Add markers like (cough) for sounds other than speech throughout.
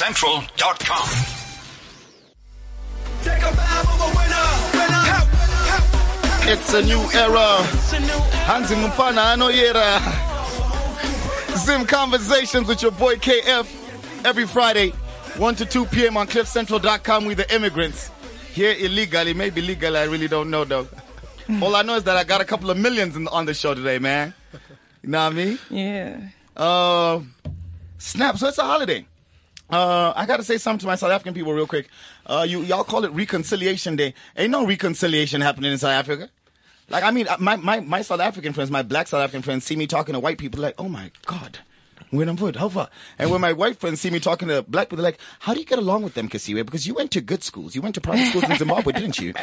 CliffCentral.com. Take a bow for the winner. winner. It's a new era. Hansi Mufana Anoyera. uh, Zim Conversations with your boy KF every Friday, 1 to 2 p.m. on cliffcentral.com with the immigrants. Here illegally, maybe legally, I really don't know though. All I know is that I got a couple of millions in, on the show today, man. You know what I mean? Yeah. Uh, snap. So it's a holiday. Uh, I gotta say something to my South African people real quick. Uh, you y'all call it Reconciliation Day. Ain't no reconciliation happening in South Africa. Like I mean, uh, my my my South African friends, my black South African friends, see me talking to white people like, oh my god. When I'm good, how far? And when my white friends see me talking to black people, they're like, "How do you get along with them, Kasiwe? Because you went to good schools, you went to private schools in Zimbabwe, didn't you?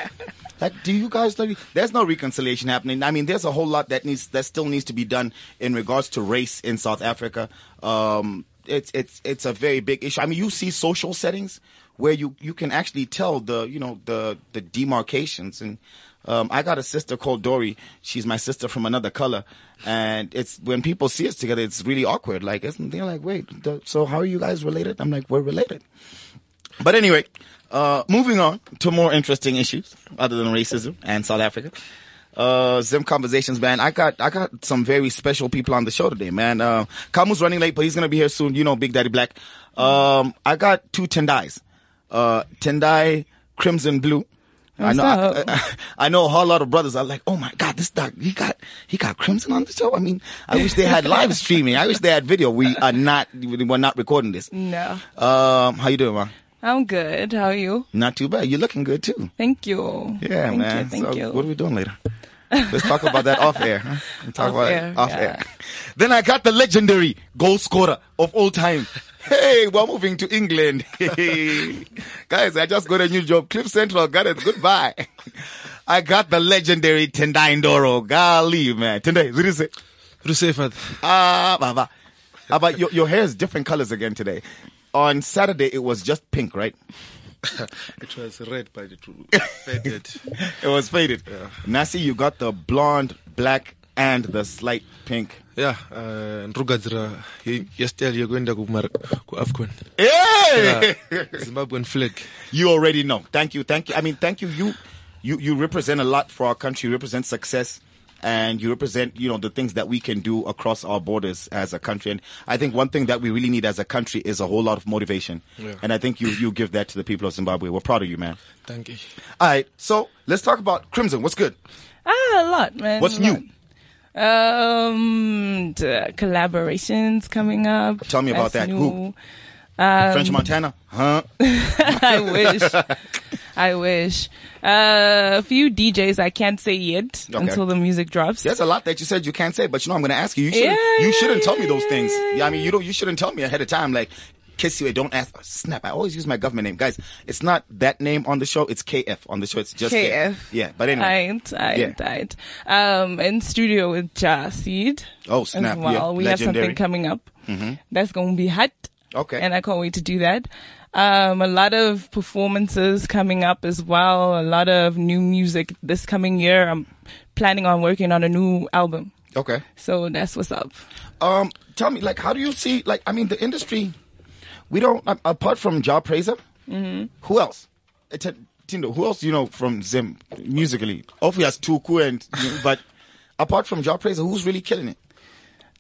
Like, do you guys? Know? There's no reconciliation happening. I mean, there's a whole lot that needs that still needs to be done in regards to race in South Africa. Um, it's it's it's a very big issue. I mean, you see social settings where you you can actually tell the you know the the demarcations and. Um, I got a sister called Dory. She's my sister from another color, and it's when people see us together, it's really awkward. Like, it's, they're like, "Wait, the, so how are you guys related?" I'm like, "We're related." But anyway, uh, moving on to more interesting issues other than racism and South Africa. Uh, Zim conversations, man. I got I got some very special people on the show today, man. Uh, Kamu's running late, but he's gonna be here soon. You know, Big Daddy Black. Um, I got two Tendais, uh, Tendai Crimson Blue. I What's know, I, up? (laughs) I, know a whole lot of brothers are like, oh my god, this dog, he got he got Crimson on the show. I mean, I wish they had live streaming. I wish they had video. We are not we're not recording this. No. Um, how you doing, man? I'm good. How are you? Not too bad. You're looking good too. Thank you. Yeah, Thank man. You, thank so you. what are we doing later? Let's talk about (laughs) that off air. Huh? We'll talk Off about it air, off yeah. air. (laughs) Then I got the legendary goal scorer of all time. Hey, we're moving to England. (laughs) Guys, I just got a new job. Cliff Central got it. Goodbye. (laughs) I got the legendary Tendai Ndoro. Golly, man. Tendai, what do you say? Ah, baba. Ah, but your, your hair is different colors again today. On Saturday, it was just pink, right? It was red by the true faded. It was faded. Nasi, you got the blonde, black, and the slight pink. (laughs) Yeah, uh, Rugadzira, yesterday kwenda kumar ku (laughs) AFCON. Hey! Yeah, Zimbabwean flag. you already know. Thank you, thank you. I mean, thank you. You, you, you represent a lot for our country. You represent success, and you represent you know the things that we can do across our borders as a country. And I think one thing that we really need as a country is a whole lot of motivation. Yeah. And I think you you give that to the people of Zimbabwe. We're proud of you, man. Thank you. All right, so let's talk about Crimson. What's good? Ah, a lot, man. What's a new? lot. Um, the collaborations coming up. Tell me about That's that. New. Who? French Montana, huh? (laughs) (laughs) I wish. I wish. Uh, a few DJs I can't say yet Okay. until the music drops. There's a lot that you said you can't say, but you know I'm going to ask you. You shouldn't. Yeah, you yeah, shouldn't tell me yeah, those yeah, things. yeah, Yeah, I mean, you don't. You shouldn't tell me ahead of time. Like, kiss you. Don't ask. Snap. I always use my government name, guys. It's not that name on the show. It's KF on the show. It's just KF. Yeah, but anyway. Aight, aight, Yeah. aight. Um, in studio with Jasid. Oh, snap, As well, yeah, we have legendary. Mm-hmm. something coming up that's gonna be hot. Okay. And I can't wait to do that. Um, a lot of performances coming up as well. A lot of new music this coming year. I'm planning on working on a new album. okay. So that's what's up. Um, tell me, like, how do you see? Like, I mean, the industry. We don't. a- Apart from Ja Praiser, Mm-hmm. who else? Uh, T- Tindo, who else do you know from Zim musically? Obviously, has Tuku and, but apart from Ja Praiser, who's really killing it?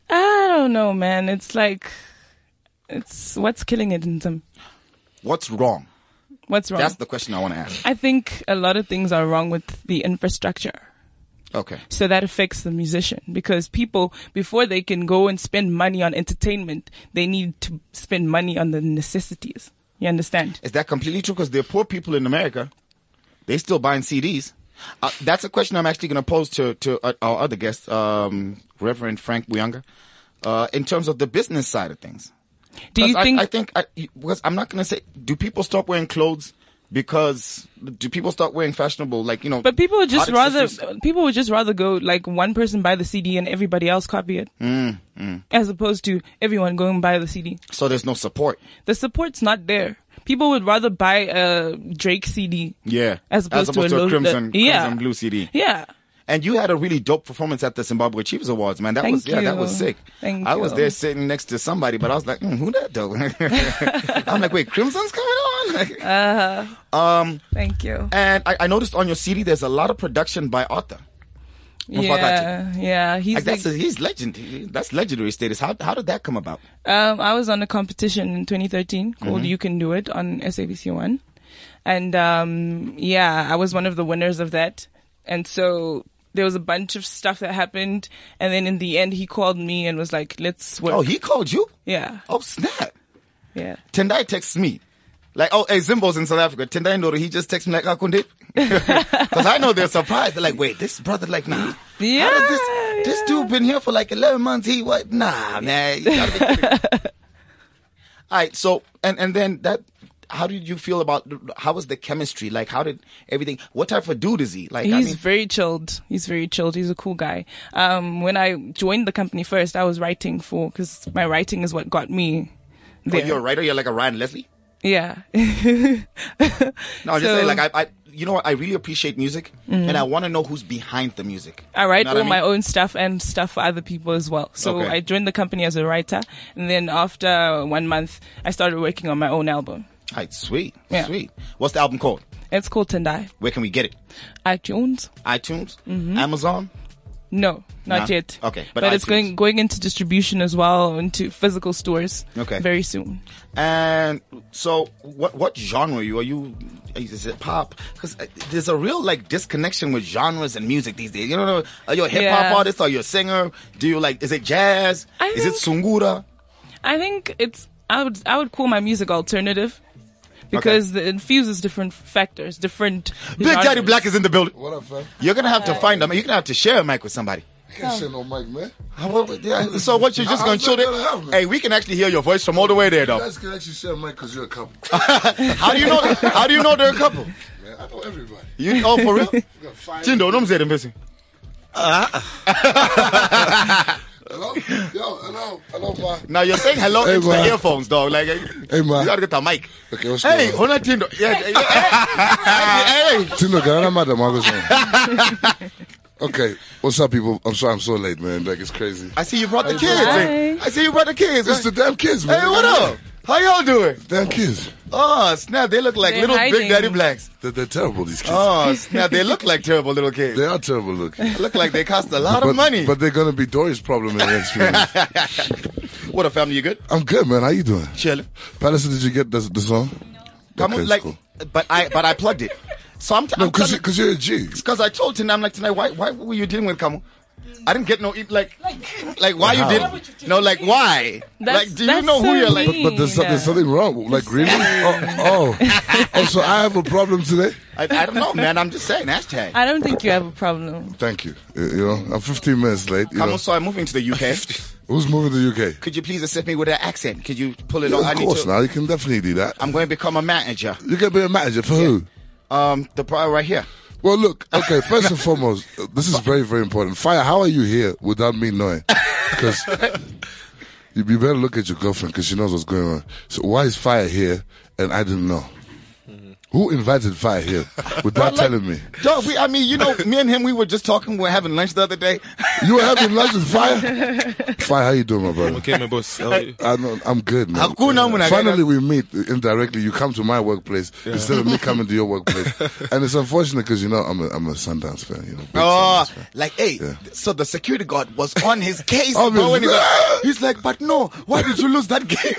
I don't know, man. It's like, it's what's killing it in them. What's wrong? What's wrong? That's the question I want to ask. I think a lot of things are wrong with the infrastructure. Okay. So that affects the musician because people, before they can go and spend money on entertainment, they need to spend money on the necessities. You understand? Is that completely true? Because the poor people in America, they still buying CDs. Uh, that's a question I'm actually going to pose to to uh, our other guest, um, Reverend Frank Buyanga, uh, in terms of the business side of things. Do you Because I, think? I think I, because I'm not going to say. Do people stop wearing clothes because do people start wearing fashionable like you know? but people would just art rather accessories? people would just rather go like one person buy the CD and everybody else copy it, Mm, as opposed to everyone going buy the CD. So there's no support. The support's not there. People would rather buy a Drake CD Yeah. as opposed, As opposed to a low- Crimson- yeah. Crimson Blue CD. Yeah. And you had a really dope performance at the Zimbabwe Chiefs Awards, man. That Thank was yeah, that you. was sick. Thank I was you. there sitting next to somebody, but I was like, mm, who that though? (laughs) I'm like, wait, Crimson's coming on. (laughs) Uh-huh. um, Thank you. and I, I noticed on your CD there's a lot of production by Arthur. Mufakati. Yeah, yeah. He's Like that's the- a, he's legend. He- That's legendary status. How how did that come about? Um, I was on a competition in 2013 called Mm-hmm. You Can Do It on SABC One, and um, yeah, I was one of the winners of that. And so there was a bunch of stuff that happened, and then in the end, he called me and was like, "Let's work." Oh, he called you? yeah, Oh snap. yeah. Tendai texts me. Like, oh, hey, Zimbo's in South Africa. Tendai Noro, he just texts me like, (laughs) Akunde. Because I know they're surprised. They're like, wait, this brother, like, nah. How does this, Yeah, this dude been here for like 11 months. He what? Nah, man. You gotta be kidding. (laughs) All right. So, and, and then that, how did you feel about, how was the chemistry? Like, how did everything, what type of dude is he? Like, I He's mean, very chilled. He's very chilled. He's a cool guy. Um, when I joined the company first, I was writing for because my writing is what got me oh, there. you're a writer. You're like a Ryan Leslie. yeah, (laughs) No, I'm just So- saying, like, I, I, you know what? I really appreciate music and I want to know who's behind the music. I write You know all what I my mean? own stuff and stuff for other people as well. So Okay. I joined the company as a writer, and then after one month, I started working on my own album. All right, sweet, Yeah. sweet. What's the album called? It's called Tendai. Where can we get it? iTunes? iTunes, Mm-hmm. Amazon. No, not Nah. yet. Okay, but but, it's iTunes. going going into distribution as well, into physical stores. Okay. very soon. And so, what what genre are you? Are you is it pop? Because there's a real like disconnection with genres and music these days. You don't know, are you a hip hop Yeah. artist? Are you a singer? Do you like? Is it jazz? I is it sungura? I think it's I would I would call my music alternative because it infuses different factors, different. Big Daddy genres. Black is in the building. What up, fam? You're gonna have to find them. You're gonna have to share a mic with somebody. Can't say no mic, man. How- what- yeah, (laughs) So what? You're just gonna How's chill that there? gonna happen? Hey, we can actually hear your voice from all the way there, You though. guys can actually share a mic because you're a couple. Oh. How do you know? How do you know they're a couple? man, I know everybody. You oh for real? We got five. Tindo, nomzera mbesi. Hello? Yo, hello, hello, ma. Now you're saying hello Hey, into the man. earphones, dog. Like, hey, man. you gotta get the mic. Okay, what's Hey, going on? Hona Tindo. Yeah, yeah, yeah. hey, hey. Tinder, can I not matter, Marcus? (laughs) man? Okay, what's up, people? I'm sorry I'm so late, man. Like, it's crazy. I see you brought the kids. eh? I see you brought the kids. It's the man. damn kids, man. Hey, what up? How y'all doing? Damn kids. Oh snap! They look like They're little big hiding. daddy blacks. They're, they're terrible, these kids. Oh snap! They look like terrible little kids. They are terrible looking. Look like they cost a lot But, of money. but they're going to be Dory's problem in the next few minutes. (laughs) what a family! You good? I'm good, man. How you doing? Chilling. Patterson, did you get the, the song? Come Okay, on, it's like, cool. but I but I plugged it. So I'm, t- No, I'm telling- because you're a G. Because I told him, I'm like, tonight, why, why were you dealing with Kamu? I didn't get no, e- like, like why you did, no, like, why? That's- like, do you that's know who so you're like? But, but there's, so- there's something wrong. Like, really? Oh, oh. oh, so I have a problem today? I, I don't know, man. I'm just saying, hashtag. I don't think you have a problem. Thank you. Uh, You know, I'm 15 minutes late. You know. Kamu, so I'm moving to the (laughs) UK. Who's moving to the UK? Could you please assist me with an accent? Could you pull it off? I of need course, to, now you can definitely do that. I'm going to become a manager. You can be a manager for who? Um, the bar right here. Well, look. Okay, first (laughs) and foremost, uh, this is very, very important. Fire, how are you here without me knowing? (laughs) Because you, you better look at your girlfriend because she knows what's going on. So why is Fire here and I didn't know? Mm-hmm. Who invited Fire here without telling me? Dog, we, I mean, you know, me and him, we were just talking, we were having lunch the other (laughs) day. You were having lunch with (laughs) Fire. Fire, how you doing, my brother? Okay, my boss. How are (laughs) you? I know, I'm good, man. Hakuna mnagana. Finally, we meet indirectly. You come to my workplace (laughs) instead of me coming to your workplace, and it's unfortunate because you know I'm a, I'm a Sundance fan. You know, big Oh, Sundance fan. like, hey, so the security guard was on his case, Obviously. bro. And he was- (laughs) he's like, but no, why did you lose that (laughs) game?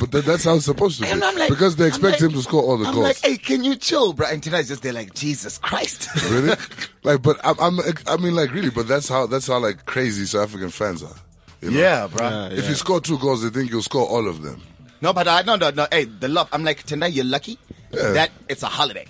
But that, that's how it's supposed to be. And I'm like, because they I'm expect like- him to score all the I'm goals. like, hey, can you chill, bro? And tonight's just there, like, Jesus Christ. (laughs) (laughs) really? Like, but I'm, I'm, I mean, like, really, but that's how, that's how, like, crazy South African fans are. you know? bro. If you score two goals, they think you'll score all of them. No, but I no, no, no. Hey, the love. I'm like, tonight you're lucky that it's a holiday.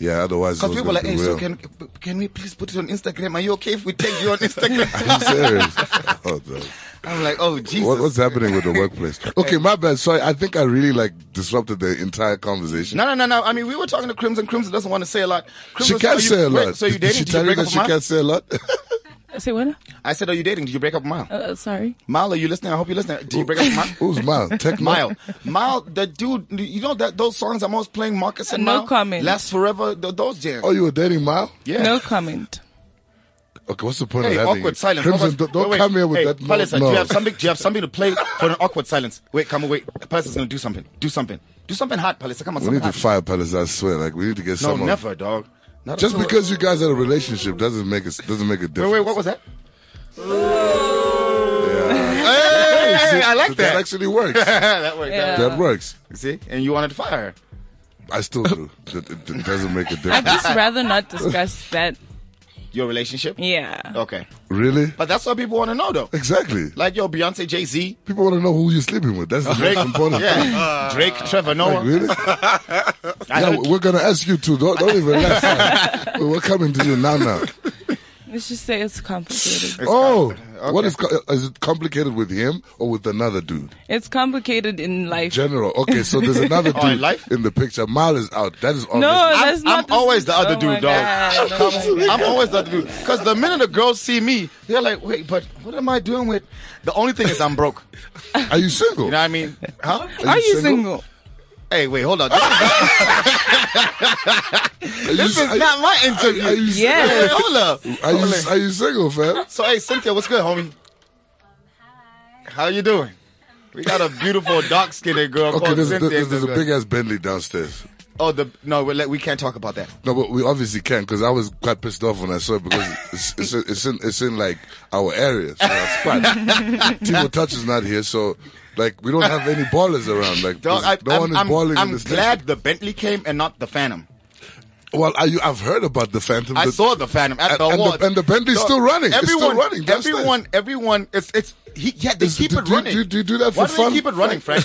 Yeah, otherwise, Because those people are like, guys hey, do so well. can can we please put it on Instagram? Are you okay if we take you on (laughs) Instagram? (laughs) (laughs) I'm serious. Oh, no. I'm like, oh Jesus. What, what's happening with the workplace? Okay, my bad. Sorry, I think I really like disrupted the entire conversation. no, no, no, no. I mean, we were talking to Crimson. Crimson doesn't want to say a lot. she Crimson, can't so you- say a lot. wait, so you Did dating? she Did you tell you break up that with she Mal? can't say a lot? Say what? I said, are you dating? Did you break up with Mile? Uh, sorry. Mile, are you listening? I hope you're listening. Did you break up (laughs) with Mile? (laughs) Who's Mile? Tech Mile. Mile, the dude, you know that those songs I'm always playing, Marcus and No Mile? comment. Last forever, th- those jams. Oh, you were dating Mile? yeah. No comment. Okay, what's the point Hey, of having awkward it? silence. Crimson, Awkward- don't, don't wait, wait. come here with Hey, that. Palliser, do no. you have something? Do you have something to play for an awkward silence? Wait, come on, wait. Palace going to do something. Do something. Do something hard, Palliser. Come on, we something need to hard. fire Palace, I swear. Like, we need to get no, someone. never, dog. Not Just at all. because you guys are in a relationship doesn't make it doesn't make a Wait, difference. wait. What was that? Hey, Hey, see, I like That that. actually works. (laughs) that worked. Yeah. That that works. worked. See, and you wanted to fire her. I still do. It, it- it (laughs) doesn't make a I'd difference. just rather not discuss that. Your relationship. Yeah. Okay, Really? but that's what people want to know, though. Exactly. Like yo, Beyonce, Jay Z, People want to know who you're sleeping with. (laughs) That's the Drake, most important. thing. yeah, Uh, Drake, Trevor Like, Noah. really? I Yeah, heard- we're gonna ask you to. Don't, don't even laugh. (laughs) son. we're coming to you now. Now. Let's just say it's complicated. oh, what is co- is it complicated with him or with another dude? It's complicated in life. General. Okay, so there's another (laughs) dude Oh, in life? in the picture. Mile is out. That is obvious. no, I'm- that's not. I'm this- always the other oh dude, my dog. God, oh my God. I'm always that dude. Because the minute the girls see me, they're like, wait, but what am I doing with? The only thing is I'm broke. (laughs) Are you single? You know what I mean? Huh? Are you single? Hey, wait, hold on. This, Are you, this is are you- not my interview. Are you, Yeah. Hey, hold up. are you, are you single, fam? So, hey, Cynthia, what's good, homie? How you doing? We got a beautiful dark skinned girl Okay, called there's, Cynthia. there's, in this there's a girl. big ass Bentley downstairs. oh, the no, we, we can't talk about that. No, but we obviously can because I was quite pissed off when I saw it because it's, it's, in, it's in it's in like our area, so our (laughs) spot. Timo Touch is not here, so like we don't have any ballers around. Like Dog, I, there's- no I'm, one is I'm- balling I'm in this. glad the Bentley came and not the Phantom. nation. Well, are you, I've heard about the Phantom. I the- saw the Phantom at and- the and the- awards, and the Bentley's Dog, still running. It's still Everyone, running downstairs. Everyone, everyone, it's it's he, yeah. They Is- keep do- it do- running. do- do you do that for Why do fun? they keep it running, (laughs) Frank?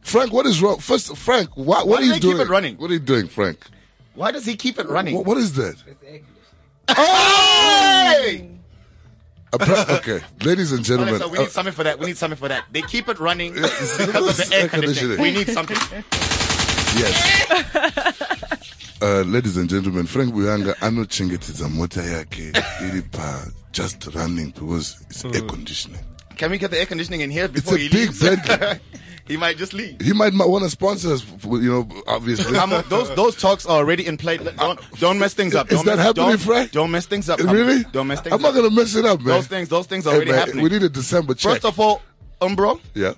Frank, what is wrong? First, Frank, why, what Why are do you they keep doing? it running? What are you doing, Frank? Why does he keep it running? What, what is that? Hey! (laughs) Appar- okay, ladies and gentlemen, uh, Alexa, we need something for that. We need something for that. They keep it running because of (laughs) the Air air conditioning. conditioning. We need something. (laughs) Yes. Uh, ladies and gentlemen, Frank Buyanga anochengetedza mota (laughs) yake iri pa just running because it's Hmm. air conditioning. Can we get the air conditioning in here It's before a he big leaves? Bentley. (laughs) he might just leave. He might want to sponsor us, you know, obviously. Come on, those those talks are already in play. Don't don't mess things up. Uh, Is Don't that mess, happening, don't, Frank? Don't mess things up. Come on. really? Don't mess things I'm not up. going to mess it up, man. those things those things are Hey, already man, happening. We need a December check. First of all, Umbro, yeah.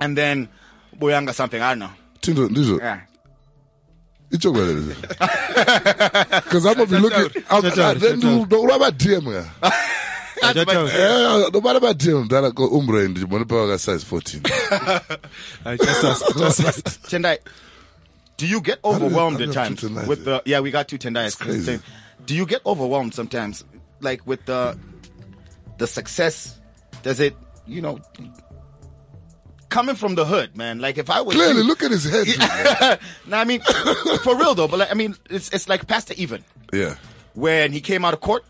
and then Boyanga something. I don't know. Tindo, Ndizo, Yeah. (laughs) Because I'm going to be looking. I'm, Shout out, then shout out. you don't worry about DM, yeah. Yeah, don't worry about DM. That I go umbre and Monopoly (laughs) size 14. I just asked. Just (laughs) asked. Tendai, do you get overwhelmed how at do you have times two Tendais with the? Yeah, we got two Tendais. crazy. Same. Do you get overwhelmed sometimes, like with the the success? Does it, you know, coming from the hood, man? Like if I was Clearly, look at his head. man. (laughs) Nah, I mean, (coughs) for real though. But like, I mean, it's it's like Pastor Even Yeah. when he came out of court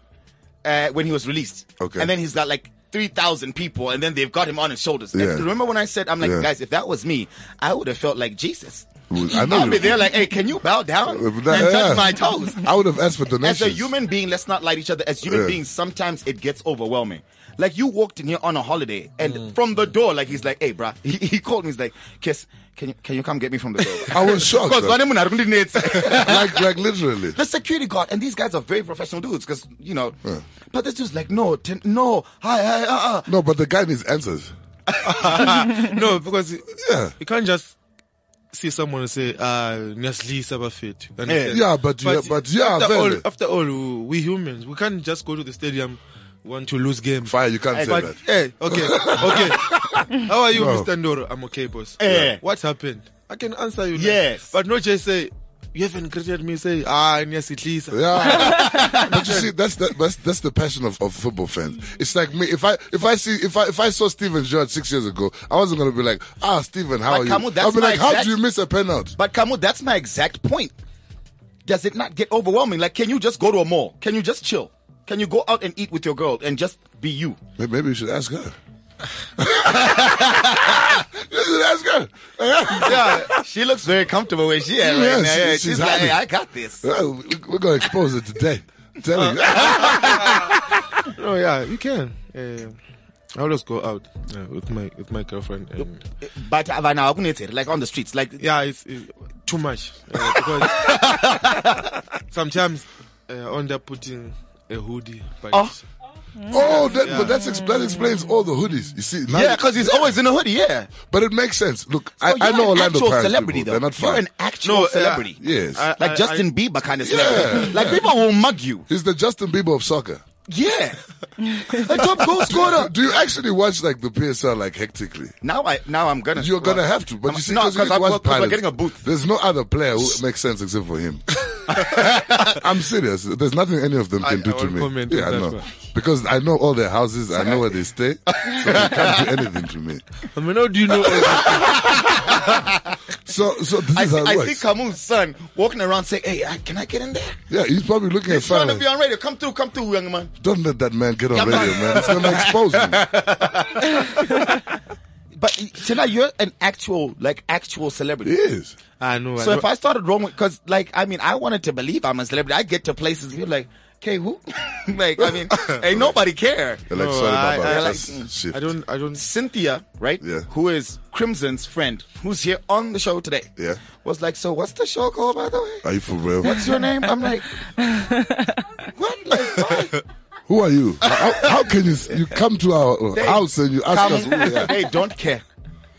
uh, when he was released. Okay. And then he's got like 3,000 people and then they've got him on his shoulders. And Yeah. remember when I said, I'm like, Yeah. guys, if that was me, I would have felt like Jesus. I know I'll be you- there like, hey, can you bow down Uh, and that- yeah. touch my (laughs) toes? I would have asked for As donations. a human being, let's not lie to each other. As human Yeah. beings, sometimes it gets overwhelming. Like you walked in here on a holiday, and from the door, like he's like, "Hey, bruh. (laughs) He, he called me. He's like, "Kiss, can you can you come get me from the door?" I (laughs) was shocked. Because though. like (laughs) like, like literally. the security guard, and these guys are very professional dudes because, you know. But this dude's like, no, ten, no, hi, hi, uh, uh. No, but the guy needs answers. Ah, no, because Yeah. you can't just see someone and say, ah, Nestlé Sabafit. Yeah, but yeah, but yeah, after all, very. after all, we humans, we can't just go to the stadium, want to lose game. Fire, you can't say But, that. hey, okay, okay. How are you, No. Mr. Ndoro? I'm okay, boss. Eh. What happened? I can answer you. now. Yes. But not just say, you haven't greeted me, say, ah, yes, it is. Eh. (laughs) Yeah, but you see, that's the that's, that's the passion of, of football fans. It's like me. If I if I see if I if I saw Steven Gerrard six years ago, I wasn't gonna be like, ah, Steven, how But are you? Kamu, that's I'll be my like, how exact- do you miss a penalty? But Kamu, that's my exact point. Does it not get overwhelming? Like, can you just go to a mall? Can you just chill? Can you go out and eat with your girl and just be you? May- Maybe you should ask (laughs) her. (laughs) you should ask her. yeah, she looks very comfortable where she at right Yeah, now. she- Yeah, she's she's, like, happy. hey, I got this. Well, we- We're gonna expose it today. I'm telling Uh, you. No, yeah, you can. Eh, I always go out yeah, with my with my girlfriend. And, But by now, like on the streets, like yeah, it's, it's too much eh, because eh, sometimes uh, end up putting a hoodie. But Oh. Oh, that, but that's ex- that explains all the hoodies. You see, now Yeah, because he's always in a hoodie. Yeah, but it makes sense. Look, I, So I Oh, you're know an Orlando actual Paris celebrity people. though. They're not You're fine. an Uh, actual No, yeah. celebrity. yes, I- Like Justin Bieber kind of celebrity. Yeah. Like people will mug you. he's the Justin Bieber of soccer. Yeah. a top goal scorer. Do you actually watch like the PSL like hectically? Now I now I'm gonna You're gonna well, have to, but I'm- you see, no, because because I'm well, 'cause we're Palace, getting a booth. There's no other player who makes sense except (laughs) for him. I'm serious. There's nothing any of them I- can do I to won't me. comment Yeah, I on that know. one. Because I know all their houses, I know where they stay, so they can't do anything to me. I mean, how do you know? all- So, so this I is see, how it I see works. Camus' son walking around saying, "Hey, I- can I get in there? yeah, he's probably looking at He's trying to fire. be on radio. Come through, come through, young man." Don't let that man get on Come radio, on. man. It's gonna (laughs) expose me. But Tina, you're an actual, like, actual celebrity. Yes. I know. Ah, I So know. if I started wrong with, cause like, I mean, I wanted to believe I'm a celebrity. I get to places, you're like, okay, who? (laughs) like, I (laughs) mean, ain't nobody care. They're like, No, sorry, I- Baba. I that's like- shit. I don't. I don't. Cynthia, right? Yeah. Who is Crimson's friend, who's here on the show today. Yeah. Was like, so what's the show called, by the way? Are you for real? What's your name? I'm (laughs) like, what? Like, why? Who are you? How, how can you you come to our uh, house and you ask us who we are? They don't (laughs) care.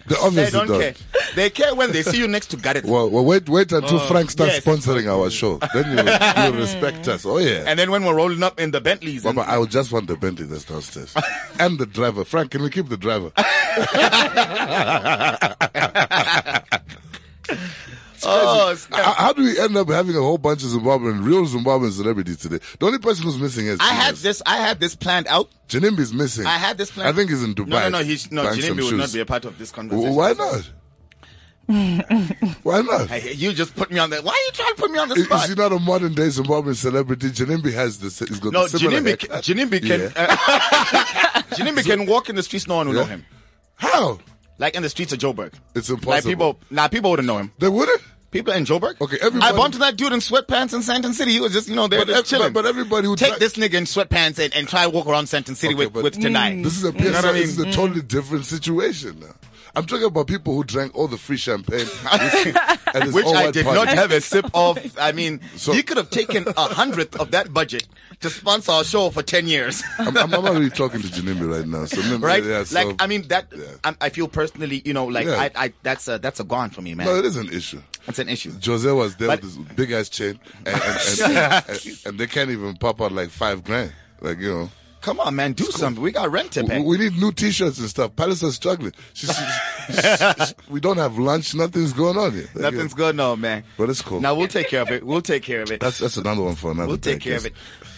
They They obviously don't care. They care when they see you next to Gareth. Well, well, wait, wait until Uh, Frank starts yes. sponsoring our show. Then you will, (laughs) you will respect us. Oh yeah. and then when we're rolling up in the Bentleys, and Baba, I would just want the Bentley that's downstairs. and the driver. Frank, can we keep the driver? oh, snap. how, how do we end up having a whole bunch of Zimbabwean, real Zimbabwean celebrities today? The only person who's missing is I had Genius. this. I had this planned out. Janimbi's missing. I had this plan. I think he's in Dubai. No, no, no. He's, no, buying some Jinimbi would not shoes. be a part of this W- conversation. Why not? Why not? Hey, You just put me on the. Why are you trying to put me on the Is, spot? is he not a modern day Zimbabwean celebrity? Janimbi has this. He's got no, the similar Jinimbi, haircut. Jinimbi can. Yeah. Uh, (laughs) Jinimbi can walk in the streets. No one will know Yeah. him. How? Like in the streets of Joburg. It's Like impossible. people, nah, people wouldn't know him. They wouldn't. People in Joburg. Okay, everybody- I bumped into that dude in sweatpants in Santon City. He was just, you know, they were But ev- just chilling. but- but everybody who take try- this nigga in sweatpants and, and try to walk around Santon City Okay, with but- with tonight. This (laughs) is a PSL. You know what I This is mean? a totally different situation now. I'm talking about people who drank all the free (laughs) champagne, whiskey, and this Which I all-white did party. not have a sip of. I mean, So- he could have taken a hundredth of that budget to sponsor our show for ten years. I'm, I'm not really talking to Janimbi right now. So (laughs) remember, right? Yeah, so, like I mean that. yeah. I'm- I, feel personally, you know, like Yeah. I, I that's a that's a gone for me, man. no, it is an issue. It's an issue. Jose was there But- with this big ass chain, and, and, (laughs) and, and, and they can't even pop out like five grand. Like you know, Come on, man, do something. We got rent to we, pay. we need new T-shirts and stuff. Palace are struggling. She- she- she- we don't have lunch. Nothing's going on here. Like, Nothing's yeah. good, no, man. But it's cool. Now we'll take care of it. We'll take care of (laughs) it. That's that's another one for another. we'll day, take care I of guess.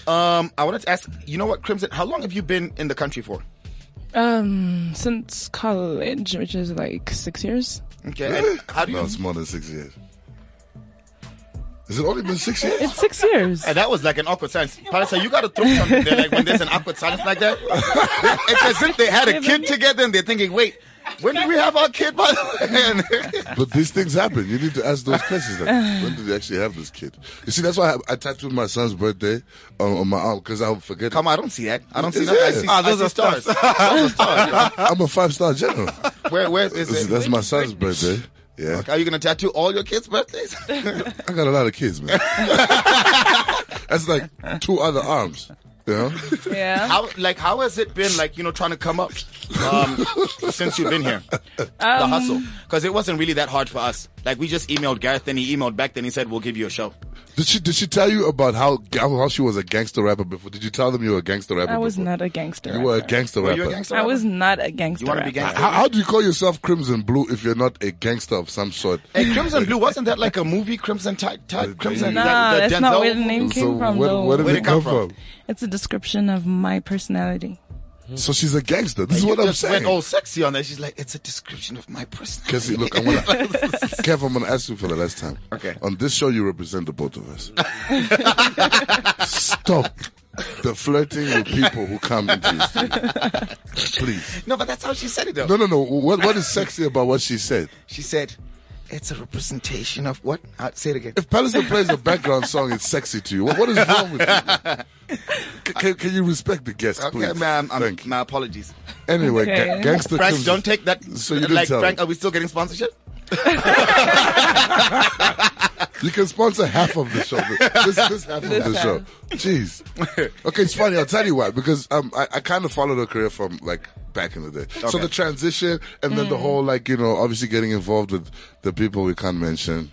it. Um, I wanted to ask. You know what, Crimson? How long have you been in the country for? Um, since college, which is like six years. Okay. and How do you? No, it's more than six years. Has it only been six years? It's six years. And Eh, that was like an awkward silence. Palisa, you gotta throw something there. Like when there's an awkward silence like that, it's as if they had a kid together and they're thinking, "Wait, when did we have our kid?" By the way, (laughs) But these things happen. You need to ask those questions. Like, when did you actually have this kid? You see, that's why I, I tattooed my son's birthday on, on my arm because I'll forget. Come on, I don't see that. I don't see Is that. I it? see, Ah, I those see are stars. I'm a five star general. where, where is That's- it? that's my son's birthday. Yeah, Are you gonna tattoo all your kids' birthdays? I got a lot of kids, man. (laughs) that's like two other arms. You know, yeah. how like how has it been like you know trying to come up um, since you've been here? the hustle, because it wasn't really that hard for us. Like we just emailed Gareth, then he emailed back, then he said we'll give you a show. did she did she tell you about how how she was a gangster rapper before? Did you tell them you were a gangster rapper? I was before? not a gangster. You were a rapper. gangster Were rapper. you a gangster? I was not a gangster. You want to be rapper. gangster? How, how do you call yourself Crimson Blue if you're not a gangster of some sort? Hey, Crimson Blue wasn't that like a movie? Crimson Tide, Tide Crimson. Nah, that- that's that not Denzel- where the name came from. where, though. where did Where'd it come from? It's a description of my personality. Oh, So she's a gangster. This is You what I'm just went saying. all sexy on that. She's like, it's a description of my personality. Cassie, look, I'm gonna, Kev, I'm gonna ask you for the last time. Okay. On this show, you represent the both of us. Stop the flirting with people who come into this thing. Please. (laughs) No, but that's how she said it though. No, no, no. What, what is sexy about what she said? She said, it's a representation of what? Uh, say it again. If Palliser plays a background song, it's sexy to you. What, what is wrong with you? C- Can, can you respect the guests, Okay, please? ma'am. I'm, Thank you. my apologies. Anyway, Okay. ga- gangster. Frank, comes- don't take that. So you didn't like, tell Frank, me. are we still getting sponsorship? You can sponsor half of (laughs) the show. This, this half of the show. Jeez. Okay, it's funny. I'll tell you why. Because um, I, I kind of followed her career from like back in the day. So Okay. the transition and then the whole like, you know, obviously getting involved with the people we can't mention.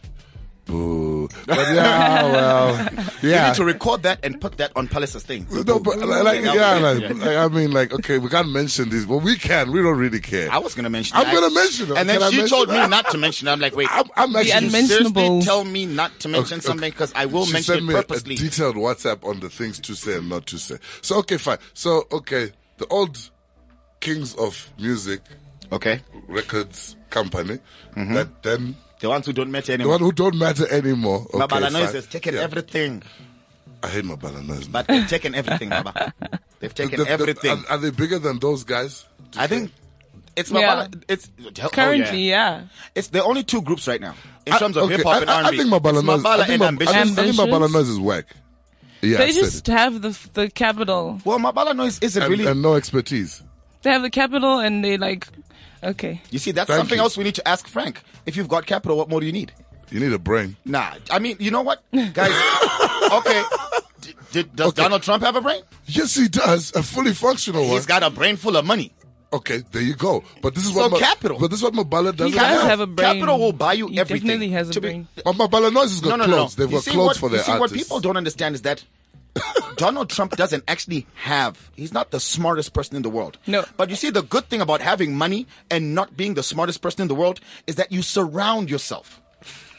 Boo. But (laughs) yeah, well, You yeah. need to record that and put that on Palace's thing. No, but like, like, yeah, like, like, I mean, like, okay, we can't mention these, but we can. We don't really care. I was gonna mention. I'm that. gonna mention them. And then Can I she mention told me them? not to mention. it. I'm like, wait. I'm, I'm The actually. unmen- seriously, Mentionables. tell me not to mention something because I will she mention sent it me a- purposely. A, detailed WhatsApp on the things to say and not to say. So okay, fine. So okay, the old kings of music okay, records company Mm-hmm. that then the ones who don't matter the one anymore. who don't matter anymore. Okay, Baba fine. Lanois has taken Yeah. everything, I hate my Balanois. but they've taken everything, Baba. They've taken The- uh, the- everything. Are, are they bigger than those guys? Do you I think it's Baba. Yeah. La- It's oh, yeah. Currently, yeah. It's the only two groups right now in I- terms of okay, hip hop and I, I, R&B. I think my Balanois. It's Mabala I think and my, Ambition. I think, I think my Ambitions. Balanois is whack. Yeah, I They said just it. have the f- the capital. well, Mabala noise isn't and, really. and no expertise. They have the capital, and they like, okay. you see, that's Thank something you. else we need to ask Frank. If you've got capital, what more do you need? You need a brain. Nah, I mean, you know (laughs) what, guys? okay, D- did, does Donald Trump have a brain? Yes, he does. A fully functional one. He's got a brain full of money. Okay, there you go. But this is So what Ma- capital. But this is what Mabala does. He does have a brain. Capital will buy you He everything. definitely has a To be- brain. Mabala Noise has got No, no, no, no. clothes. They've You got see clothes what, for their You see, artists. what people don't understand is (laughs) that Donald Trump doesn't actually have. He's not the smartest person in the world. No. But you see, the good thing about having money and not being the smartest person in the world is that you surround yourself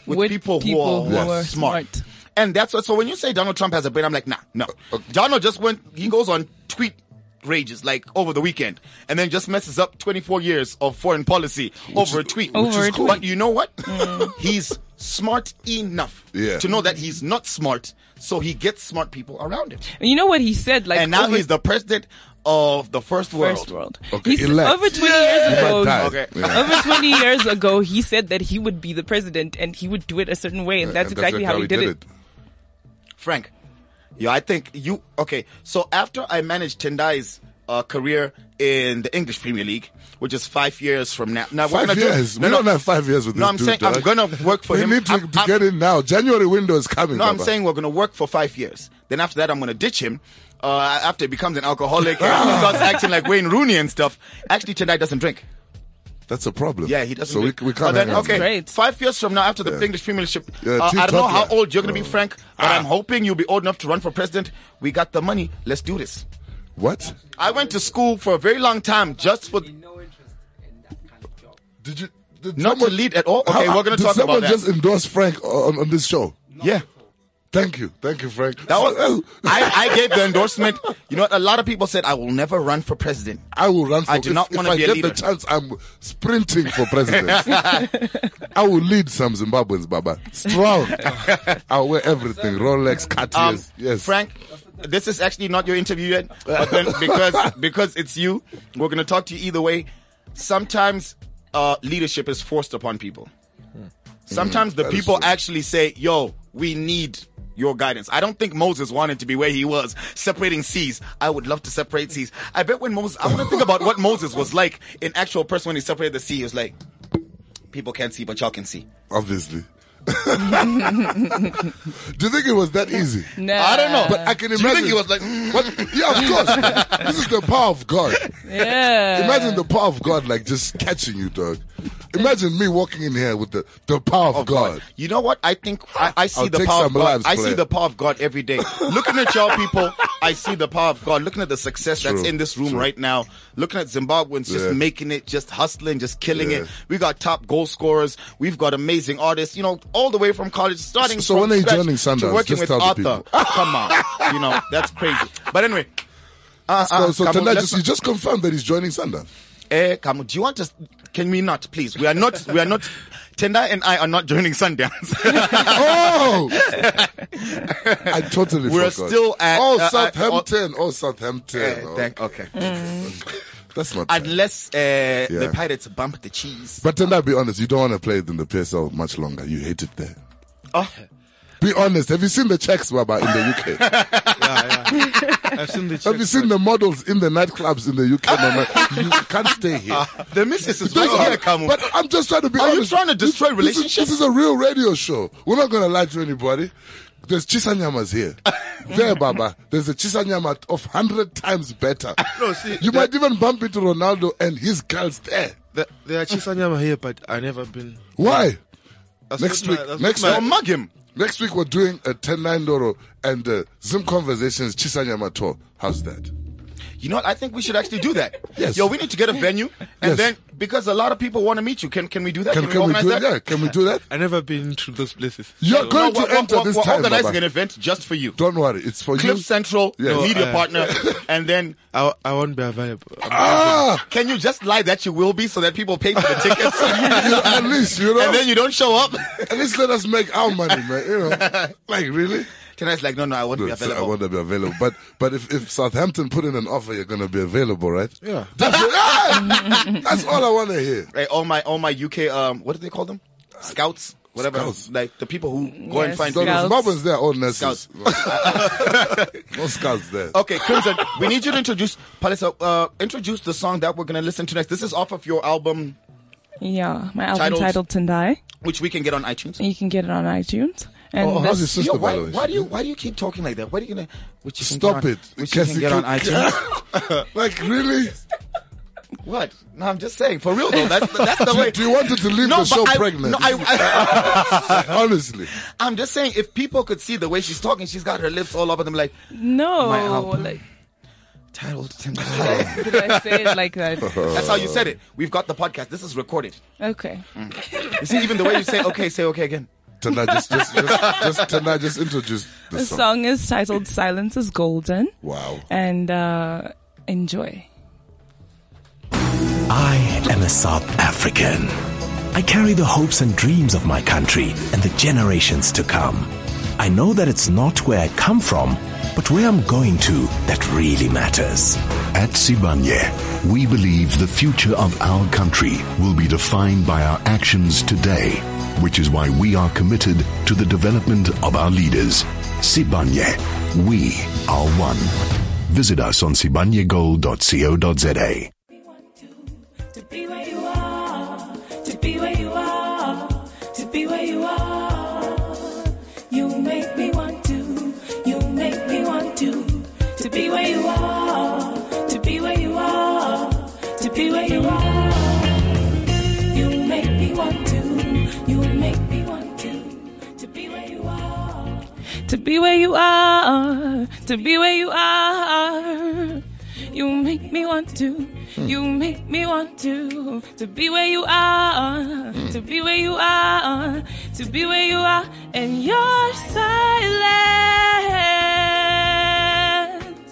with, With people, people who are, who are smart. smart. And that's what. So when you say Donald Trump has a brain, I'm like, nah, no. Uh, Donald just went. He goes on tweet rages like over the weekend and then just messes up 24 years of foreign policy over a tweet Over which a is cool. tweet. but you know what Mm. (laughs) he's smart enough Yeah. to know that he's not smart so he gets smart people around him And you know what he said? Like, and now over he's the president of the first world, first world. Okay, He said- elect. over 20 He years might ago. die. Okay. Yeah. Over 20 years ago, he said that he would be the president and he would do it a certain way, and that's Uh, And exactly how he did, it. frank yeah i think you okay so after i managed tendai's uh, career in the english premier league which is five years from now now we're Five gonna years. do no, we no, don't have five years with no this i'm dude, saying i'm dog. gonna work for we him need to, I'm- to I'm- get in now. January window is coming. No, I'm Baba. saying we're going to work for five years. Then after that, I'm going to ditch him. Uh, after he becomes an alcoholic (laughs) and he starts acting like Wayne Rooney and stuff. Actually, Tendai doesn't drink. that's a problem. Yeah, he doesn't So drink. we, we But can't. then, hang out. okay, Great. five years from now, after the English Premiership, Yeah, uh, I don't know how teetotaler. old you're going to be, Oh. Frank, but I'm hoping you'll be old enough to run for president. We got the money. Let's do this. What I went to school for a very long time just for no interest in that kind of job. did you? Did not to someone, lead at all. Okay, how- we're going did to talk someone about that. just endorse Frank on, on this show? yeah. Thank you, thank you, Frank. That was, (laughs) I, I gave the endorsement. You know what? A lot of people said, I will never run for president. I will run for. I do if- not if wanna I be a get the leader. chance, I'm sprinting (laughs) for president. I will lead some Zimbabweans, Baba. Strong. (laughs) I'll wear everything: Rolex, Um, Cartiers. yes, Frank, this is actually not your interview yet, but (laughs) then because because it's you, we're gonna talk to you either way. Sometimes uh, leadership is forced upon people. Sometimes the Hmm. that is people true. actually say, "Yo, we need." Your guidance. I don't think Moses wanted to be where he was, separating seas. I would love to separate seas. I bet when Moses, I want to think about what Moses was like in actual person when he separated the sea. He was like, people can't see, but y'all can see. obviously. (laughs) Do you think it was that easy? No. I don't know, But I can Do imagine. you think he was like, "Mm, What? Yeah, of course. this is the power of God. Yeah. Imagine the power of God, like just catching you, dog. Imagine me walking in here with the, the power of, God. You know what? I think I, I see I'll the take power some of God. lives I for see that. the power of God every day. Looking at y'all people, (laughs) I see the power of God. Looking at the success that's True. in this room right now. Looking at Zimbabweans just Yeah. making it, just hustling, just killing Yeah. it. We got top goal scorers. We've got amazing artists. You know, all the way from college, starting. So from when are you scratch joining to Sundance? Working Just with tell the Arthur. (laughs) Come on, you know that's crazy. But anyway, uh, So, so come on, tonight, let's just, not- you just confirmed that he's joining Sundown. Eh, Kamu, do you want us? Can we not, please? We are not. We are not. Tendai and I are not joining Sundance. (laughs) Oh! I totally We're forgot. still at- Oh, uh, at- Southampton. oh, Southampton. Eh, Oh, thank- okay. That's not bad. Unless uh, Yeah. the pirates bump the cheese. But then, I'll be honest, you don't want to play it in the PSL much longer. You hate it there. Oh, uh, (laughs) Be honest. Have you seen the checks, Baba, in the UK? Yeah, yeah. I've seen the. Have you seen the models in the nightclubs in the UK? my man? you can't stay here. The missus (laughs) is That's right all. here, Kamu. But I'm just trying to be Are you honest. trying to destroy This- this is- relationships? This is, a real radio show. We're not going to lie to anybody. There's Chisanyamas (laughs) here. there, Baba. There's a Chisanyama of 100 times better. No, see, you the- might even bump into Ronaldo and his girls there. The, there are Chisanyama here, but I never been. Why? That's Next not week. my- that's Next not week. my- Or mug him. Next week we're doing a 10-9 Doro and uh, Zim Conversations Chisanyama tour. How's that? You know what? I think we should actually do that. (laughs) Yes. Yo, we need to get a venue, and Yes. then because a lot of people want to meet you, can can we do that? Can, can we organize do that? it? Yeah, can we do that? I never been to those places. You're No, going we're, to enter we're, this we're time, organizing Baba. an event just for you. Don't worry, it's for Cliff you. Central, Yes. media No, I- (laughs) partner, and then I, I won't be available. Ah, can you just lie that you will be so that people pay for the (laughs) tickets, at least you (laughs) know. and then you don't show up? (laughs) At least let us make our money, man. You know, like really. Tonight's like, no, no, I won't be So I available. want to be available, but but if, if Southampton put in an offer, you're gonna be available, right? Yeah. (laughs) That's, it. Ah! That's all I want to hear. Right, all my all my UK um, what do they call them? Scouts, whatever. Scouts. Like the people who go and Yes. find. So the people. Scouts. Zimbabweans there, all nurses. (laughs) no scouts there. Okay, Crimson, we need you to introduce Palisa. Uh, introduce the song that we're gonna listen to next. This is off of your album, Yeah, my album Titled- titled Tendai. which we can get on iTunes. You can get it on iTunes. And Oh, how's that's- your sister, Yo, by why, the way? why do you why do you keep talking like that? What are you gonna? Which you can Stop get on, it. Which you can Cassie, get on can- (laughs) iTunes. like really? what? No, I'm just saying. For real though, that's the, that's the way. (laughs) Do you want her to leave no, but the show I, pregnant? No, I, (laughs) (laughs) Honestly, I, am just saying. If people could see the way she's talking, she's got her lips all over them, like My no, album. like, titled. did I say it like (laughs) that? That's how you said it. We've got the podcast. This is recorded. Okay. You see, even the way you say okay, say okay again. tonight just just just, just tonight just introduce the The song. song is titled Silence is Golden. Wow. And uh, enjoy. I am a South African. I carry the hopes and dreams of my country and the generations to come. I know that it's not where I come from, but where I'm going to that really matters. At Sibanye, we believe the future of our country will be defined by our actions today, which is why we are committed to the development of our leaders. Sibanye, we are one. Visit us on sibanyegold.co.za. To be where you are, to be where you are, to be where you are. You make me want to, you make me want to, to be where you are, to be where you are, to be where you are. You make me want to, you make me want to, to be where you are. To be where you are, to be where you are. You make me want to, you make me want to, to be where you are, to be where you are, to be where you are, and you're silent.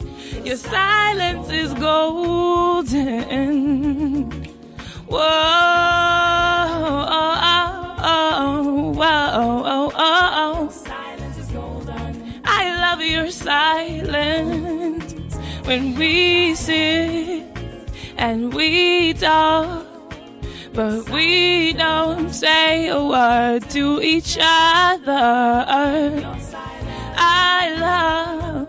Your silence is golden. Whoa, oh, oh, oh, oh, oh, oh. Silence is golden. I love your silence when we sit and we talk, but we don't say a word to each other. I love.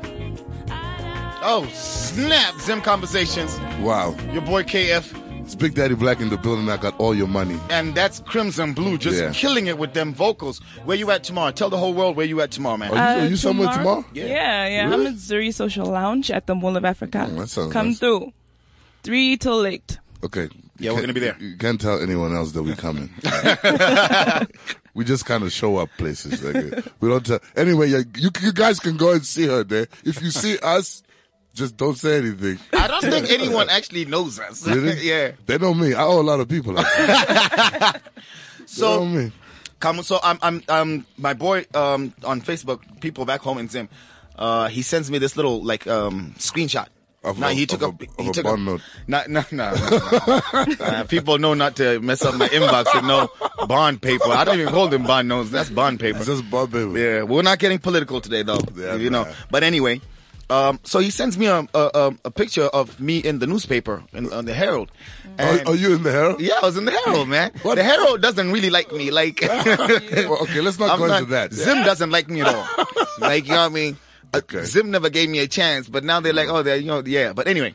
Oh snap! Zim conversations. Wow. Your boy KF, It's Big Daddy Black in the building. I got all your money. and that's Crimson Blue, just Yeah. killing it with them vocals. Where you at tomorrow? Tell the whole world where you at tomorrow, man. Are you, are Uh, you somewhere tomorrow? Yeah, yeah. I'm at Zuri Social Lounge at the Mall of Africa. Mm, that sounds Come nice. through. Three till late. Okay. Yeah, we're You can't- gonna be there. You can't tell anyone else that we're (laughs) coming. (laughs) we just kind of show up places. Like, uh, we don't tell. Anyway, yeah, you, you guys can go and see her there. If you see us, just don't say (laughs) anything. I don't think anyone actually knows us. Really? (laughs) yeah. They know me. I owe a lot of people. Like (laughs) that. So they know me. Come, so I'm, I'm, um, my boy, um, on Facebook, people back home in Zim, uh, he sends me this little like um screenshot. Of Nah, a- he took of up, a- he of a took bond note. Nah, nah, nah, nah, (laughs) nah. Uh, people know not to mess up my inbox with no bond paper. I don't even call them bond notes. That's bond paper. It's just Bob Baby. Yeah, we're not getting political today, though. Yeah, you know. nah. But anyway, um, so he sends me a, a, a, a picture of me in the newspaper in, on the Herald. And- Are, are you in the hair? yeah, I was in the Herald, man. The Herald doesn't really like me. Like, (laughs) Well, okay, let's not I'm go not- (laughs) into that. (laughs) Zim doesn't like me at all. like, you know what I mean? Uh, Okay. Zim never gave me a chance, but now they're like, oh, they're, you know, yeah. But anyway,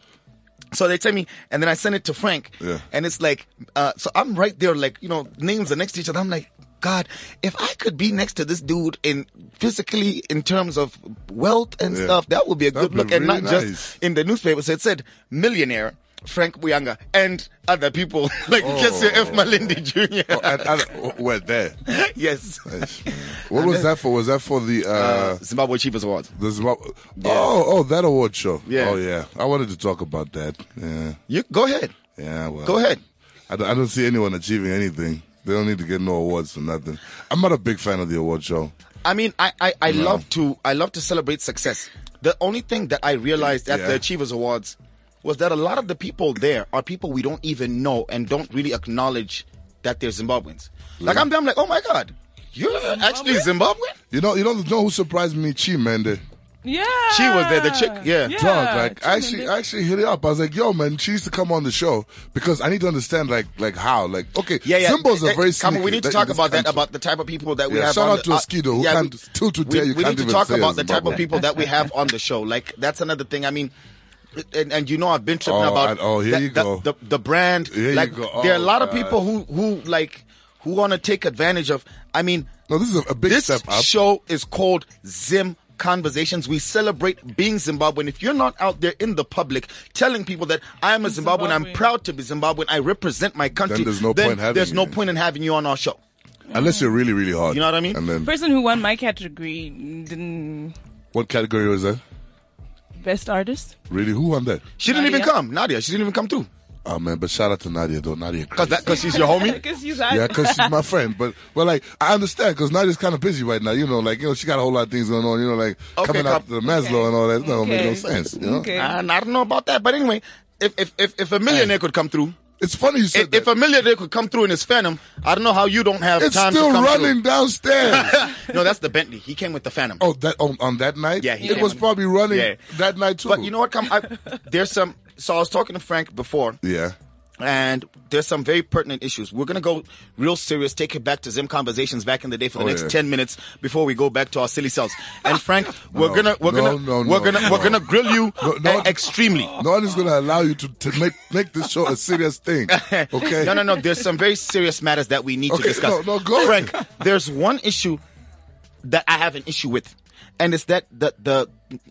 so they tell me, and then I send it to Frank, Yeah. and it's like, uh, so I'm right there, like, you know, names are next to each other. I'm like, God, if I could be next to this dude in physically in terms of wealth and Yeah. stuff, that would be a That'd good look, be and not really nice. just in the newspaper. So it said millionaire. Frank Buyanga and other people (laughs) like oh. F. Malindi Jr. Oh, and, and we're (laughs) there. yes. What was that for? Was that for the uh, Uh, Zimbabwe Cheapest Awards. the Zimbabwe? Oh, oh, that award show. Yeah. Oh, yeah. I wanted to talk about that. Yeah. You go ahead. Yeah. Well, Go ahead. I, don't- I don't see anyone achieving anything. They don't need to get no awards for nothing. I'm not a big fan of the award show. I mean, I, I, I love to I love to celebrate success. The only thing that I realized at Yeah. the Achievers Awards was that a lot of the people there are people we don't even know and don't really acknowledge that they're Zimbabweans. Like I'm, I'm like, oh my god, you're actually Zimbabwean? You know, you know, you know who surprised me? Chi Mende. Yeah. She was there, the chick, yeah. yeah. dog. Like Chi I actually, Mende. I actually hit it up. I was like, "Yo, man, she used to come on the show because I need to understand, like, like how, like, okay, Yeah, yeah. Symbols Eh, are eh, very. Come on, we sneaky need to that- talk in this about that country. about the type of people that we Yeah, have. shout on out the, to uh, Skido, who can't- we- till today we, you we can't need to even talk say about it's the type of Zimbabwean. people that we have on the show. Like that's another thing. I mean. And, and you know I've been tripping Oh, about I- oh, here that- you that- go. the, the brand Here you like go. there are a Oh, lot of God. people who who like who want to take advantage of I mean No, this is a, a big this step up. show is called Zim Conversations. We celebrate being Zimbabwean. If you're not out there in the public telling people that I am a Zimbabwean, I'm Zimbabwean. proud to be Zimbabwean, I represent my country, there's no point having there's no you. point in having you on our show. Unless you're really, really hard. You know what I mean? And then, person who won my category didn't what category was that? best artist. Really, who won that? She didn't even Nadia? come, Nadia. She didn't even come through Oh man, but shout out to Nadia though. Nadia, because crazy. that because she's your (laughs) homie. Because she's yeah, because she's my friend. But well, like I understand because Nadia's kind of busy right now. You know, like you know, she got a whole lot of things going on. You know, like Okay, coming out cop- to the Maslow and all that. That don't make no Okay. sense. You know, Okay. And I don't know about that, but anyway, if if if, if a millionaire could come through, it's funny you said if, that. if a millionaire could come through in his Phantom, I don't know how you don't have it's time still to come running downstairs. through. (laughs) no, that's the Bentley. He came with the Phantom. Oh, that on, on that night? Yeah, he it came was on- probably running Yeah. that night too. But you know what? Come, I, there's some. So I was talking to Frank before, Yeah. and there's some very pertinent issues. We're gonna go real serious, take it back to Zim conversations back in the day for the Oh, next yeah. ten minutes before we go back to our silly selves. (laughs) And Frank, we're No, gonna we're no, gonna no, we're no, gonna we're no. gonna grill you No, no. uh, extremely. No one is going to allow you to, to make make this show a (laughs) serious thing. Okay? No, no, no. There's some very serious matters that we need Okay, to discuss. no, no, go ahead. Frank, there's one issue that I have an issue with, and it's that the the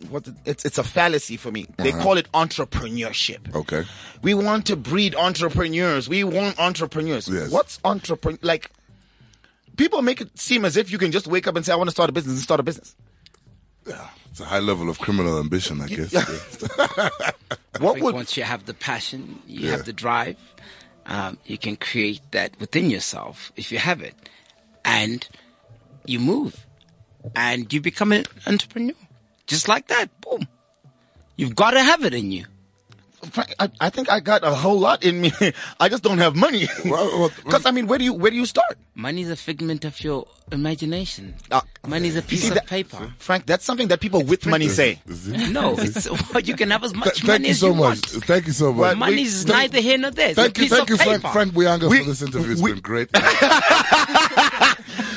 what the- it's it's a fallacy for me. They call it entrepreneurship. Uh-huh. Okay. We want to breed entrepreneurs. We want entrepreneurs. Yes. What's entrepreneur like? People make it seem as if you can just wake up and say, "I want to start a business," and start a business. It's a high level of criminal ambition, I guess. Yeah. (laughs) What think would once you have the passion, you Yeah. have the drive, um, you can create that within yourself if you have it, and you move, and you become an entrepreneur, just like that. Boom, you've got to have it in you. Frank, I, I think I got a whole lot in me. (laughs) I just don't have money. Well, (laughs) well, Because I mean, where do you where do you start? Money's a figment of your imagination. Ah. Money's a You piece see of that- paper. Frank, that's something that people with money say. (laughs) Is it? No, it's, (laughs) you can have as Th- much thank money you as so you much. want. Thank you so much. Well, Money is neither here nor there. It's Thank a you, piece thank you, of paper. Frank, Frank Buyanga, We- for this interview. It's we- been (laughs) great.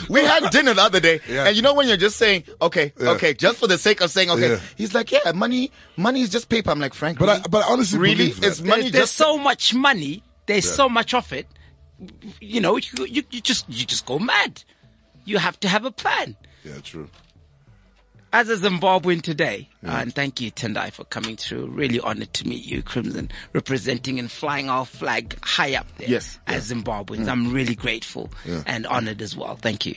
We had dinner the other day, Yeah. and you know when you're just saying, okay, Yeah. okay, just for the sake of saying, okay, Yeah. he's like, yeah, money, money is just paper. I'm like, Frank, But I- really? but I honestly really, believe that. it's There- money there's just so much money. There's Yeah. so much of it. You know, you, you, you just you just go mad. You have to have a plan. yeah, true. As a Zimbabwean today, and thank you Tendai for coming through. Really honored to meet you, Crimson, representing and flying our flag high up there. Yes. as Zimbabweans, I'm really grateful and honored as well. Thank you.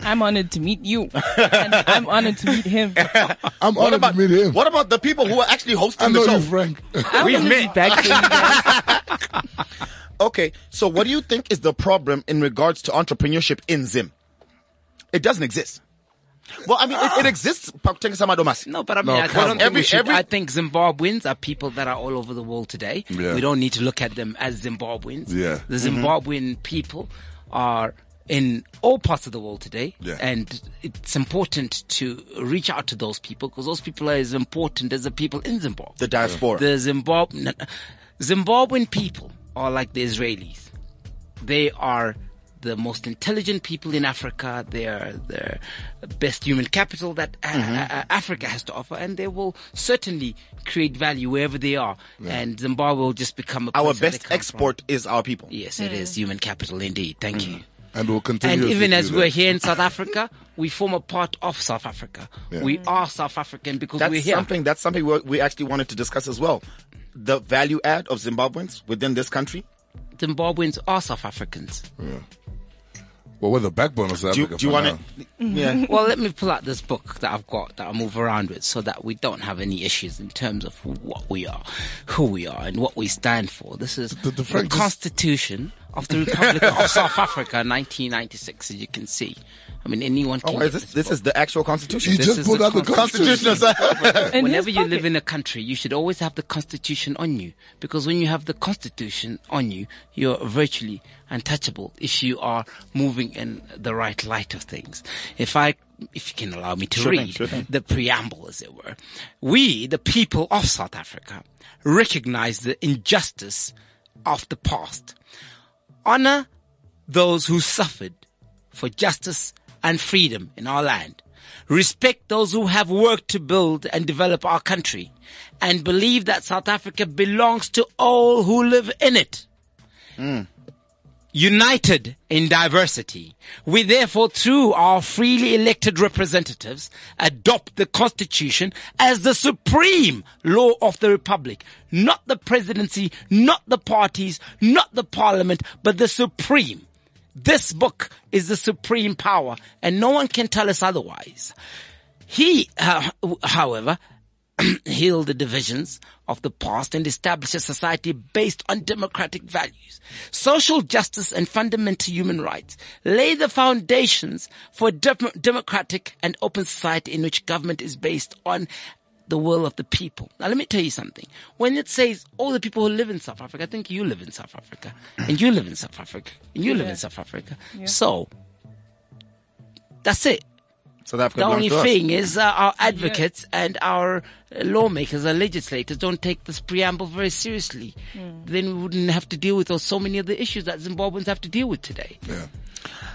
I'm honored to meet you. and I'm honored to meet (laughs) him. I'm What honored about to meet him. what about the people who are actually I hosting know the you, show? Frank. (laughs) I'm We've honored to met. be back (laughs) here. Okay, so what do you think is the problem in regards to entrepreneurship in Zim? It doesn't exist. Well, I mean, (sighs) it, it exists. Pakutenga Sama Domasi. No, but I mean, No, I, I come don't on. think Every- we should. every- I think Zimbabweans are people that are all over the world today. Yeah. We don't need to look at them as Zimbabweans. Yeah. Mm-hmm. The Zimbabwean people are in all parts of the world today. Yeah. And it's important to reach out to those people because those people are as important as the people in Zimbabwe. The diaspora. The Zimbabwe, Zimbabwean people are like the Israelis. They are the most intelligent people in Africa. They are the best human capital that a- Mm-hmm. a- Africa has to offer, and they will certainly create value wherever they are. And Zimbabwe will just become a Our place that they best come export Mm. is our people. From. Yes, it is human capital indeed. Thank you. And we'll continue. And to even do as that. we're here (laughs) in South Africa, we form a part of South Africa. We are South African because That's we're here. something. That's something we we actually wanted to discuss as well. The value add of Zimbabweans within this country. Zimbabweans are South Africans. Well, we're the backbone of South Do you, Africa. do you for want now. to? Yeah. Well, let me pull out this book that I've got that I move around with so that we don't have any issues in terms of what we are, who we are, and what we stand for. This is the, the Frank- Constitution of the Republic of South Africa, 1996, as you can see. I mean, anyone can. Oh, get is this this is the actual constitution. You This just is pulled the out the Constitution. constitution. In (laughs) his Whenever you live pocket. in a country, you should always have the constitution on you because when you have the constitution on you, you're virtually untouchable if you are moving in the right light of things. If I, if you can allow me to Sure thing, read sure thing. the preamble, as it were, we, the people of South Africa, recognize the injustice of the past, honor those who suffered for justice and freedom in our land. Respect those who have worked to build and develop our country and believe that South Africa belongs to all who live in it. United in diversity, we therefore through our freely elected representatives adopt the constitution as the supreme law of the republic, not the presidency, not the parties, not the parliament, but the supreme this book is the supreme power, and no one can tell us otherwise. He, uh, however, healed the divisions of the past and established a society based on democratic values. Social justice and fundamental human rights lay the foundations for a dem- democratic and open society in which government is based on the will of the people. Now let me tell you something. When it says all the people who live in South Africa, I think you live in South Africa and you live in South Africa and you live in South Africa. So that's it. South Africa The belongs only to us. thing is uh, our advocates and our uh, lawmakers, our legislators don't take this preamble very seriously. Hmm. Then we wouldn't have to deal with those, so many of the issues that Zimbabweans have to deal with today.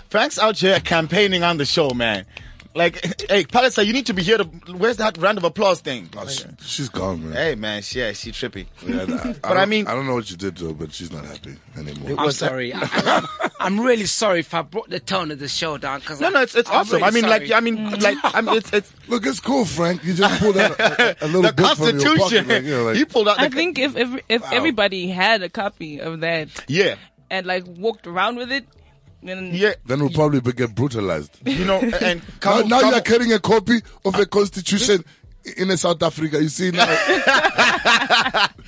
Frank's out here campaigning on the show, man. Like, hey, Palliser, you need to be here to. Where's that round of applause thing? Oh, she, she's gone, man. Hey, man, she, yeah, she trippy. Yeah, but I mean- I don't know what you did though, but she's not happy anymore. I'm sorry. I, I'm, I'm really sorry if I brought the tone of the show down. Cause No, I- no, it's it's I'm awesome. really I mean, like, sorry. I mean, like, I mean, it's it's Look, it's cool, Frank. You just pulled (laughs) out a, a little the book from your Constitution. pocket, like, you know, like, he pulled out. The I think if every, if everybody had a copy of that yeah, and like walked around with it, then yeah. Then we'll probably be- get brutalized. You know, and (laughs) Now, Kamu- now you are Kamu- carrying a copy of Uh, the Constitution in a South Africa. (laughs) You see now,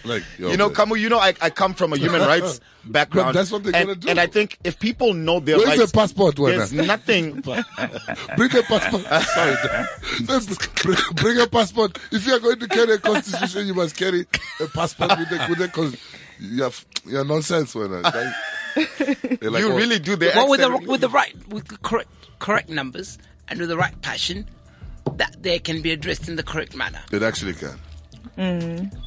like yo, You know, man. Kamu, you know, I, I come (laughs) from a human rights background. that's what they're and, gonna do. And I think if people know their Where's rights, the passport, there's Wena? (laughs) nothing. Bring (laughs) a passport. Sorry, bring, bring a passport. If you are going to carry a constitution, you must carry a passport with the with the cons- you have you're nonsense, Wena. (laughs) Like, they're like, you oh, really do their well, with the accent. with the right with the correct correct numbers and with the right passion, that they can be addressed in the correct manner. It actually can. Mm.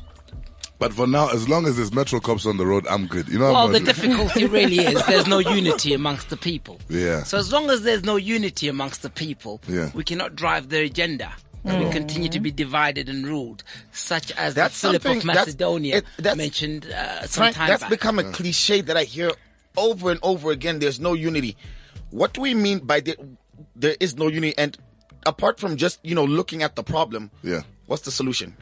But for now, as long as there's Metro cops on the road, I'm good. You know Well, what Oh, the I'm saying? difficulty really is there's no unity amongst the people. Yeah. So as long as there's no unity amongst the people, Yeah. we cannot drive their agenda. And we continue to be divided and ruled, such as That's the Philip of something- that's- Macedonia it- that's- mentioned uh, some Frank, time that's back. become a cliche that I hear over and over again. There's no unity. What do we mean by the, there is no unity? And apart from just you know looking at the problem, Yeah. what's the solution?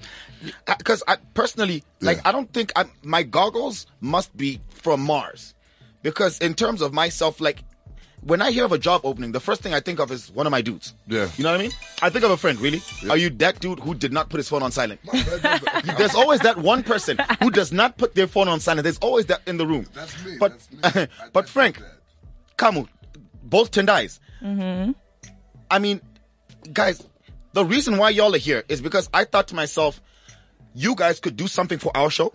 Because I personally, like, Yeah. I don't think I, my goggles must be from Mars, because in terms of myself, like. When I hear of a job opening, the first thing I think of is one of my dudes. Yeah. You know what I mean? I think of a friend, really? Are you that dude who did not put his phone on silent? (laughs) That's There's always that one person who does not put their phone on silent. There's always that in the room. me. (laughs) But that's me. I- but that's Frank, that. Kamu, both Tendais. I mean, guys, the reason why y'all are here is because I thought to myself, you guys could do something for our show,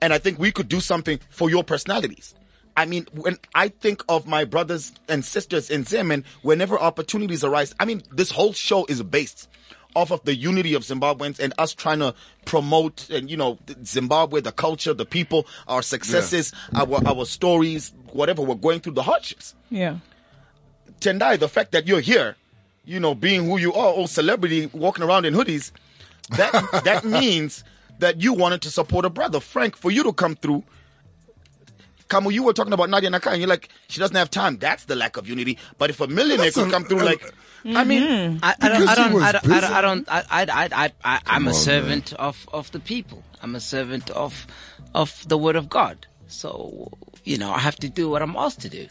and I think we could do something for your personalities. I mean, when I think of my brothers and sisters in Zim, and whenever opportunities arise, I mean, this whole show is based off of the unity of Zimbabweans and us trying to promote and you know th- Zimbabwe, the culture, the people, our successes, our our stories, whatever we're going through, the hardships. Yeah. Tendai, the fact that you're here, you know, being who you are, old celebrity walking around in hoodies, that that means that you wanted to support a brother. Frank, for you to come through. Kamu, you were talking about Nadia Nakai, and you're like, she doesn't have time. That's the lack of unity. But if a millionaire could come through, like, I mean, I, I don't, Because I he don't, was I don't, I don't, busy. I don't, I, I, I, I, I I'm a on, servant of, of the people. I'm a servant of, of the word of God. So, you know, I have to do what I'm asked to do.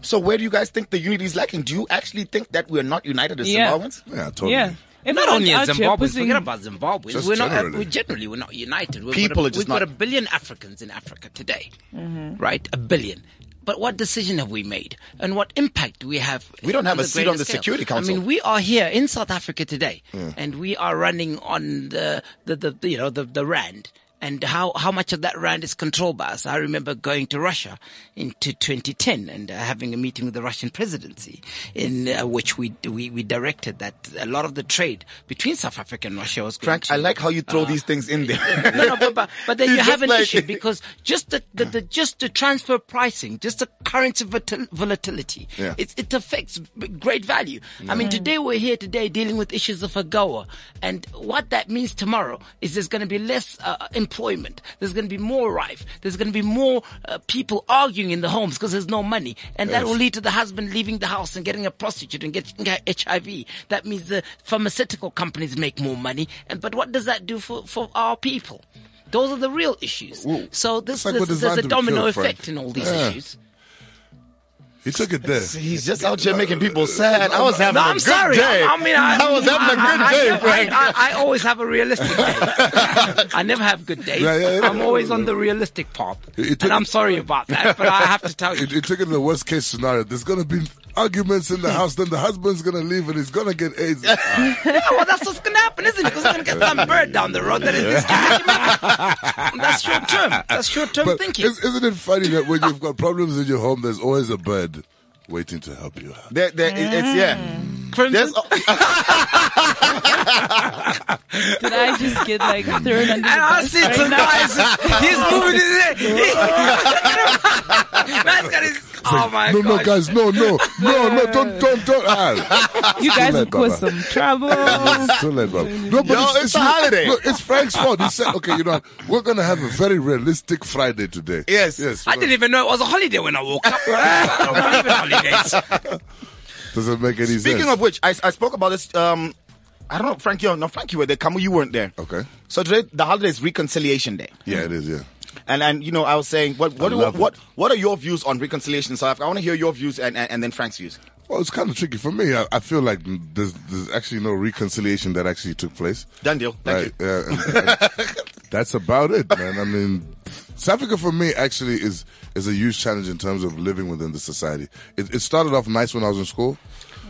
so where do you guys think the unity is lacking? Do you actually think that we're not united as Yeah. Zimbabweans? Yeah, totally. Yeah. If not I was only in out here Zimbabwe, pushing- forget about Zimbabwe. Just we're not, uh, generally. we're generally, we're not united. We've People got a, are just We've got not- a billion Africans in Africa today, Mm-hmm. right? A billion. But what decision have we made, and what impact do we have? We don't have a the seat on greater the scale? Security I Council. mean, we are here in South Africa today, and we are running on the, the, the you know the, the rand. And how, how much of that rand is controlled by us? I remember going to Russia into 2010 and uh, having a meeting with the Russian presidency, in uh, which we, we we directed that a lot of the trade between South Africa and Russia was. going Frank, to- I like how you throw these things in there. Uh. (laughs) no, no, but, but, (laughs) but then He's you have just an like- issue because just the, the, the just the transfer pricing, just the currency volatil- volatility, Yeah. it, it affects b- great value. I mean, today we're here today dealing with issues of AGOA, and what that means tomorrow is there's going to be less uh, employment, there's going to be more rife, there's going to be more uh, people arguing in the homes because there's no money, and that will lead to the husband leaving the house and getting a prostitute and getting HIV. That means the pharmaceutical companies make more money, and but what does that do for, for our people? Those are the real issues. Well, so it's this, like this- we're there's designed a to be domino killed, Frank. effect in all these Yeah. issues. He took it there. He's just out here making people sad. I was having No, a I'm good sorry. day. I, I mean, I, I was having a I- good I- day, I- Frank. I, I, I always have a realistic day. I never have good days. Yeah, yeah, yeah. I'm always on the realistic path, It- it and took- I'm sorry about that. But I have to tell It, you, it took it in the worst case scenario. There's gonna be (laughs) arguments in the house. Then the husband's gonna leave and he's gonna get AIDS. yeah, well, that's what's going to happen, isn't it? Because we're going to get some bird down the road that is this can make him happy. That's short term. That's short term but thinking. is, isn't it funny that when you've got problems in your home, there's always a bird waiting to help you out? There, there, it- it's, yeah. Crimson. There's, Did I just get like thrown under the And I bus? see it tonight. He's just- He's moving his head. Man's got his. Oh my no, god. no, guys, no, no, no, no, don't, don't, don't. (laughs) Ah. (laughs) You guys Too would late, cause Baba. some trouble. It's too late, Baba. No, but Yo, it's a holiday. Look, it's Frank's fault. He said, okay, you know, what? we're going to have a very realistic Friday today. Yes. Yes. I didn't even know it was a holiday when I woke up. I don't believe in holidays. Doesn't make any sense. Speaking of which, I, I spoke about this. Um, I don't know, Frank. You no, Frank, you were there. Kamu, you weren't there. Okay. So today, the holiday is Reconciliation Day, Yeah, it is, yeah. and and you know, I was saying, what what I do- love what, it. what are your views on reconciliation in South Africa? I want to hear your views and, and and then Frank's views. Well, it's kind of tricky for me. I, I feel like there's, there's actually no reconciliation that actually took place. Done deal. Thank Right, yeah, and- (laughs) and that's about it, man. I mean, South Africa for me actually is is a huge challenge in terms of living within the society. It, it started off nice when I was in school,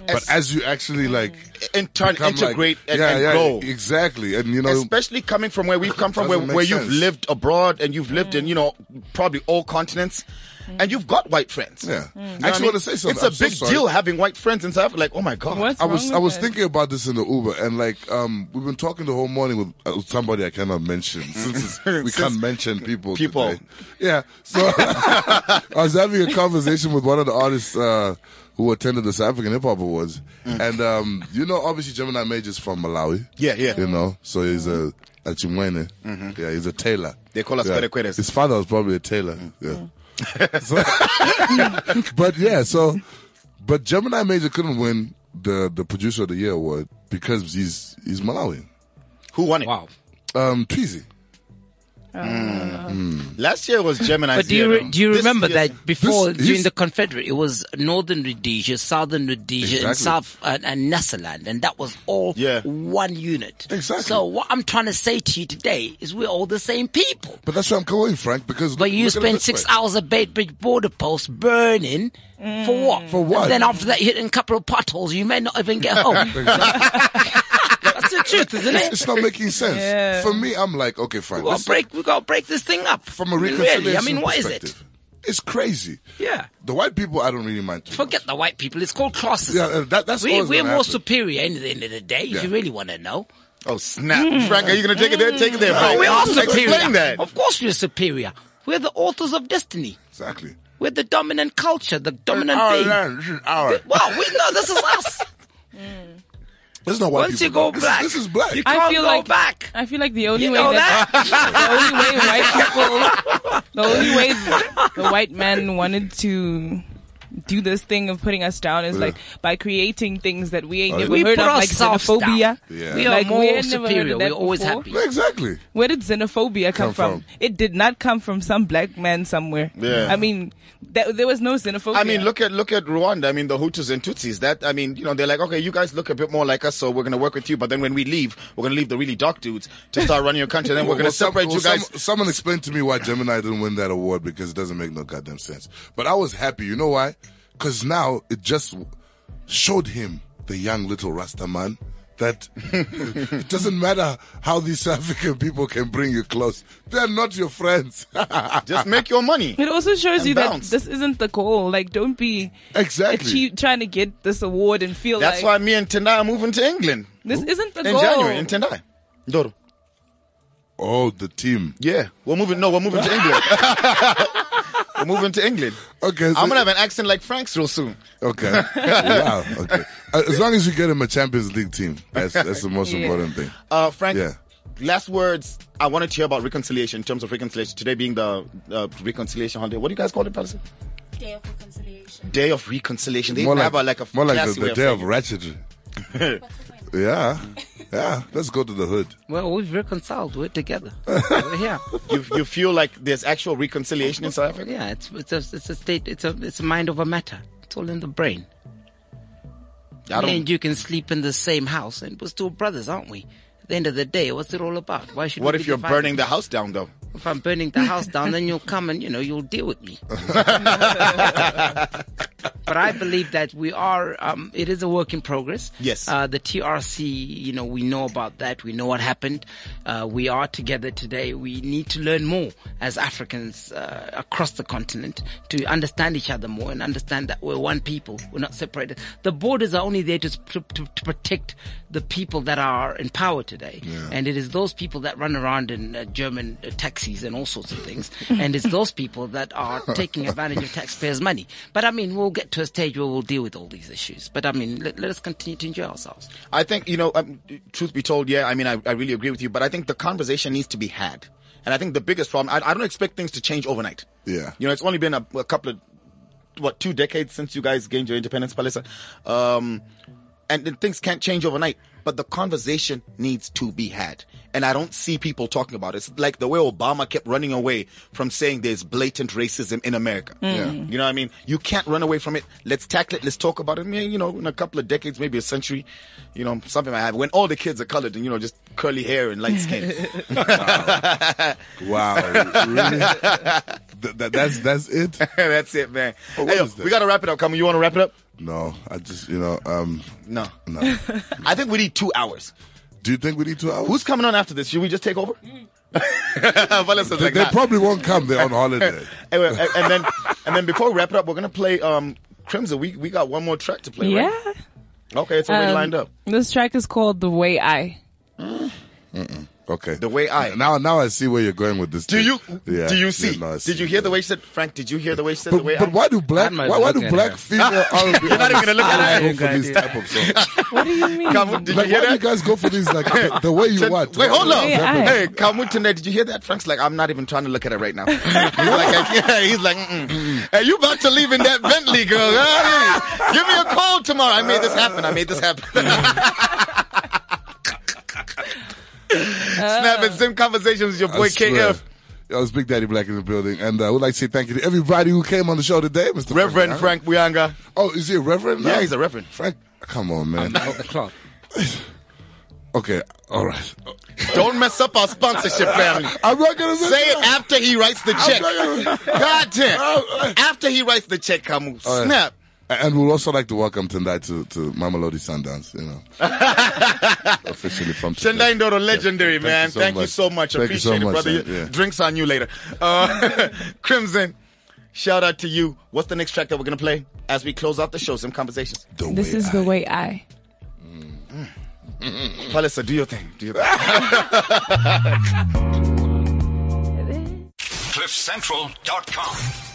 but as you actually like you. And turn, become, like- integrate, and, yeah, and yeah, grow. exactly, and you know, Especially coming from where we've come from, where, Doesn't make where you've sense. lived abroad and you've lived in, you know, probably all continents, and you've got white friends. Yeah. You know Mm. what I actually mean? wanna say something. It's I'm a so big sorry. deal having white friends in South Africa. Like, oh my god, What's I was wrong I with was that? thinking about this in the Uber and like um we've been talking the whole morning with uh, somebody I (laughs) cannot mention since it's- we Since- can't mention people People. today. yeah so (laughs) I was having a conversation with one of the artists uh, who attended the South African Hip Hop Awards Mm. and um you know obviously Gemini Major's from Malawi Yeah, yeah. Mm-hmm. you know so he's a a Chimwene yeah he's a tailor They call us Mm. yeah. kwerekweres. his father was probably a tailor yeah Mm. (laughs) So- but yeah, so but Gemini Major couldn't win the the producer of the year award because he's he's Malawian. who won it? Wow. Um, Tweezy. Last year was Gemini. But do you re- do you remember that before um, This- during this- the Confederate it was Northern Rhodesia, Southern Rhodesia, and Exactly. South and, and Nessaland, and that was all Yeah. one unit. Exactly. So what I'm trying to say to you today is we're all the same people. But that's where I'm going, Frank. Because But look- you look at it spend this six way. hours at Baitbridge border post burning for what? For what? And then after that, hitting a couple of potholes, you may not even get (laughs) home. That's the truth, isn't It's, it? it's not making (laughs) sense Yeah. for me. I'm like, okay, fine. We gotta let's- break. We gotta break this thing up from a I mean, reconciliation Really, I mean, what is perspective, it? It's crazy. Yeah. The white people, I don't really mind. Too Forget the white people. It's called classism. Yeah, uh, that- that's we, always We're gonna more happen. superior at the end of the day, if Yeah. you really want to know. Oh snap, Frank! Are you gonna take it there? Take it there, Frank. Mm. Oh, we Oh, are superior. Explain that. Of course we're superior. We're the authors of destiny. much. Exactly. We're the dominant culture, the dominant Our being. land, this is our. Wow, we know this is us. This is not white Once you people, go man. black, this, is- this is black. You I can't feel go like- back. I feel like the only You way know that, (laughs) the only way white people, the only way the white man wanted to do this thing of putting us down is like by creating things that we ain't Oh, never yeah. We heard put of, like ourselves down. xenophobia. Yeah. We are Like, we more had never heard of superior. that We're always before. happy. Exactly. Where did xenophobia come, Come from? from. It did not come from some black man somewhere. Yeah. I mean, that, there was no xenophobia. I mean, look at look at Rwanda. I mean, the Hutus and Tutsis. That I mean, you know, they're like, okay, you guys look a bit more like us, so we're gonna work with you. But then when we leave, we're gonna leave the really dark dudes to start running your country. And then we're gonna Well, some- separate well, you guys. some- someone explained to me why Gemini didn't win that award because it doesn't make no goddamn sense. But I was happy. You know why? Because now it just showed him, the young little Rasta man, that (laughs) it doesn't matter how these (laughs) African people can bring you close. They're not your friends. (laughs) uh, Just make your money. It also shows And you bounce. that this isn't the goal. Like, don't be Exactly. achie- trying to get this award and feel That's like why me and Tendai are moving to England this isn't the in goal. January. In Tendai, Doro. oh, the team. Yeah, we're moving. No, we're moving to (laughs) England. we're moving to England. Okay. so- I'm gonna have an accent like Frank's real soon. (laughs) Okay. wow. Okay. Uh, As long as you get him a Champions League team, that's that's the (laughs) most Yeah. important thing. Uh, Frank, Yeah. last words. I wanted to hear about reconciliation in terms of reconciliation. Today being the uh, reconciliation holiday. What do you guys call it, Palestine? Day of reconciliation. Day of reconciliation. They even have a, like a more like classy the, way the of day saying of it. ratchetry. (laughs) yeah. Yeah. Let's go to the hood. Well, we've reconciled. We're together. We're here. you, you feel like there's actual reconciliation in South Africa? Yeah, it's it's a, it's a state. It's a it's a mind over matter. It's all in the brain. I don't- Me and you can sleep in the same house, and we're still brothers, aren't we? At the end of the day, what's it all about? Why should What we if be you're divided? burning the house down though? If I'm burning the house down, then you'll come and you know you'll deal with me. but I believe that we are. Um, it is a work in progress. Yes. Uh, the TRC, you know, we know about that. We know what happened. Uh, we are together today. We need to learn more as Africans uh, across the continent to understand each other more and understand that we're one people. We're not separated. The borders are only there to to, to protect the people that are in power today. And it is those people that run around in uh, German uh, taxis and all sorts of things. and it's those people that are taking advantage of taxpayers' money. But I mean, we'll get to a stage where we'll deal with all these issues. But I mean, let, let us continue to enjoy ourselves. I think, you know, um, truth be told, yeah, I mean, I, I really agree with you, but I think the conversation needs to be had. And I think the biggest problem, I, I don't expect things to change overnight. Yeah. You know, it's only been a, a couple of, what, two decades since you guys gained your independence, Palisa. Um, and then things can't change overnight, but the conversation needs to be had. And I don't see people talking about it. It's like the way Obama kept running away from saying there's blatant racism in America. Yeah. You know what I mean? You can't run away from it. Let's tackle it. Let's talk about it. Maybe, You know, in a couple of decades, maybe a century, you know, something like that. When all the kids are colored and, you know, just curly hair and light (laughs) skin. (laughs) Wow. really? Th- that, that's that's it? That's it, man. But what Hey, yo, is that? we got to wrap it up. Come on, you want to wrap it up? No. I just you know, um No. no. I think we need two hours. Do you think we need two hours? Who's coming on after this? Should we just take over? (laughs) Valen's Mm. they, like, they nah. probably won't come, they're on (laughs) holiday. Anyway, and, and then and then before we wrap it up, we're gonna play um Crimson. We we got one more track to play, Yeah. right? Okay, it's already Um, lined up. This track is called The Way I. Okay. The way I- now now I see where you're going with this. Do thing. you Yeah. do Yeah, you see? no, I did you hear the way she said Frank, did you hear the way she said But, the way but I why do black might why, why look do at black it. (laughs) female R&B You're not even gonna look at go it. for these type of songs? What do you (laughs) mean? Come, did Like, you hear why do you that? guys go for (laughs) these like the, the way you Said- want? Wait, hold up. Way I. Hey, Kamutane, did you hear that? Frank's like, I'm not even trying to look at it right now. (laughs) he's like, yeah, (laughs) he's like, mm hey, you about to leave in that Bentley, girl? Hey, give me a call tomorrow. I made this happen. I made this happen. Snapping sim conversations with your I boy swear. KF. Yo, it's Big Daddy Black in the building, and uh, I would like to say thank you to everybody who came on the show today, Mr. Reverend Frank. Frank Buyanga. Oh, is he a reverend? now? Yeah, he's a reverend. Frank, come on, man. the clock. (sighs) okay, all right. Don't mess up our sponsorship family. (laughs) I'm not gonna miss Say it after he writes the check. (laughs) God damn. After he writes the check, Kamu. right. Snap. And we'd also like to welcome Tendai to to Mamelodi Sundance. You know, officially from today. Tendai Ndoro, legendary, Thank you man. so Thank you much. so much. Thank you so Appreciate much, it, brother. man. Yeah. Drinks on you later. Uh, (laughs) Crimson, Shout out to you. What's the next track that we're gonna play as we close out the show? Some conversations. The This way is I- the way I. Palisa, do your thing. Do your thing. CliffCentral.com.